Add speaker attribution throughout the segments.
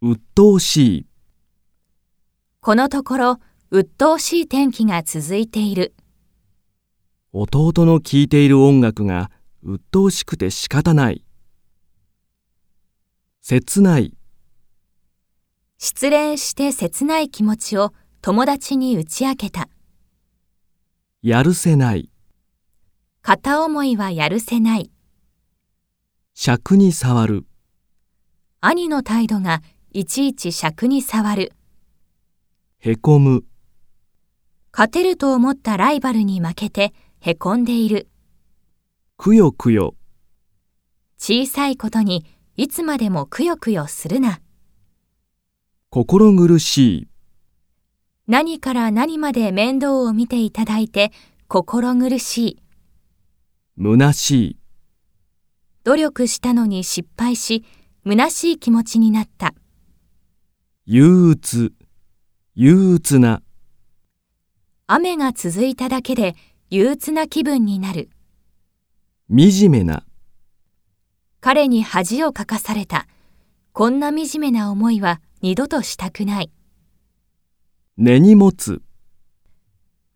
Speaker 1: 鬱陶しい、
Speaker 2: このところ鬱陶しい天気が続いている
Speaker 1: 弟の聴いている音楽が鬱陶しくて仕方ない。切ない、
Speaker 2: 失恋して切ない気持ちを友達に打ち明けた
Speaker 1: やるせない、
Speaker 2: 片思いはやるせない
Speaker 1: 尺に触る、
Speaker 2: 兄の態度がいちいち尺に触る
Speaker 1: へこむ、
Speaker 2: 勝てると思ったライバルに負けてへこんでいる
Speaker 1: くよくよ、
Speaker 2: 小さいことにいつまでもくよくよするな
Speaker 1: 心苦しい、
Speaker 2: 何から何まで面倒を見ていただいて心苦しい
Speaker 1: 虚しい、
Speaker 2: 努力したのに失敗し虚しい気持ちになった
Speaker 1: 憂鬱、憂鬱な、
Speaker 2: 雨が続いただけで憂鬱な気分になる
Speaker 1: 惨めな、
Speaker 2: 彼に恥をかかされたこんな惨めな思いは二度としたくない
Speaker 1: 根に持つ、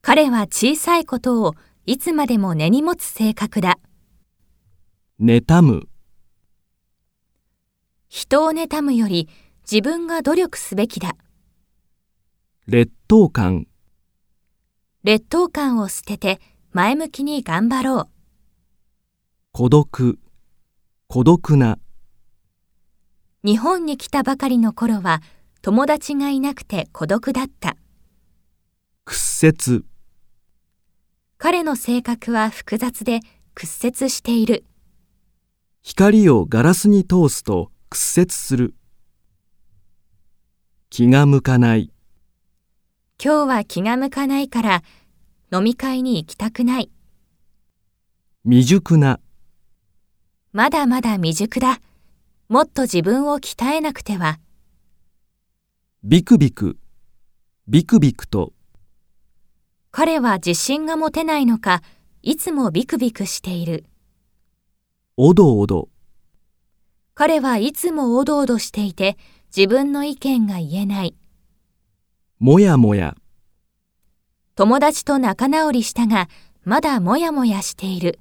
Speaker 2: 彼は小さいことをいつまでも根に持つ性格だ
Speaker 1: 妬む、
Speaker 2: 人を妬むより自分が努力すべきだ
Speaker 1: 劣等感、
Speaker 2: 劣等感を捨てて前向きに頑張ろう
Speaker 1: 孤独、孤独な、
Speaker 2: 日本に来たばかりの頃は友達がいなくて孤独だった
Speaker 1: 屈折、
Speaker 2: 彼の性格は複雑で屈折している
Speaker 1: 光をガラスに通すと屈折する。気が向かない、
Speaker 2: 今日は気が向かないから飲み会に行きたくない
Speaker 1: 未熟な、
Speaker 2: まだまだ未熟だもっと自分を鍛えなくては
Speaker 1: ビクビク、ビクビクと、
Speaker 2: 彼は自信が持てないのかいつもビクビクしている
Speaker 1: おどおど、
Speaker 2: 彼はいつもおどおどしていて自分の意見が言えない
Speaker 1: もやもや、
Speaker 2: 友達と仲直りしたがまだモヤモヤしている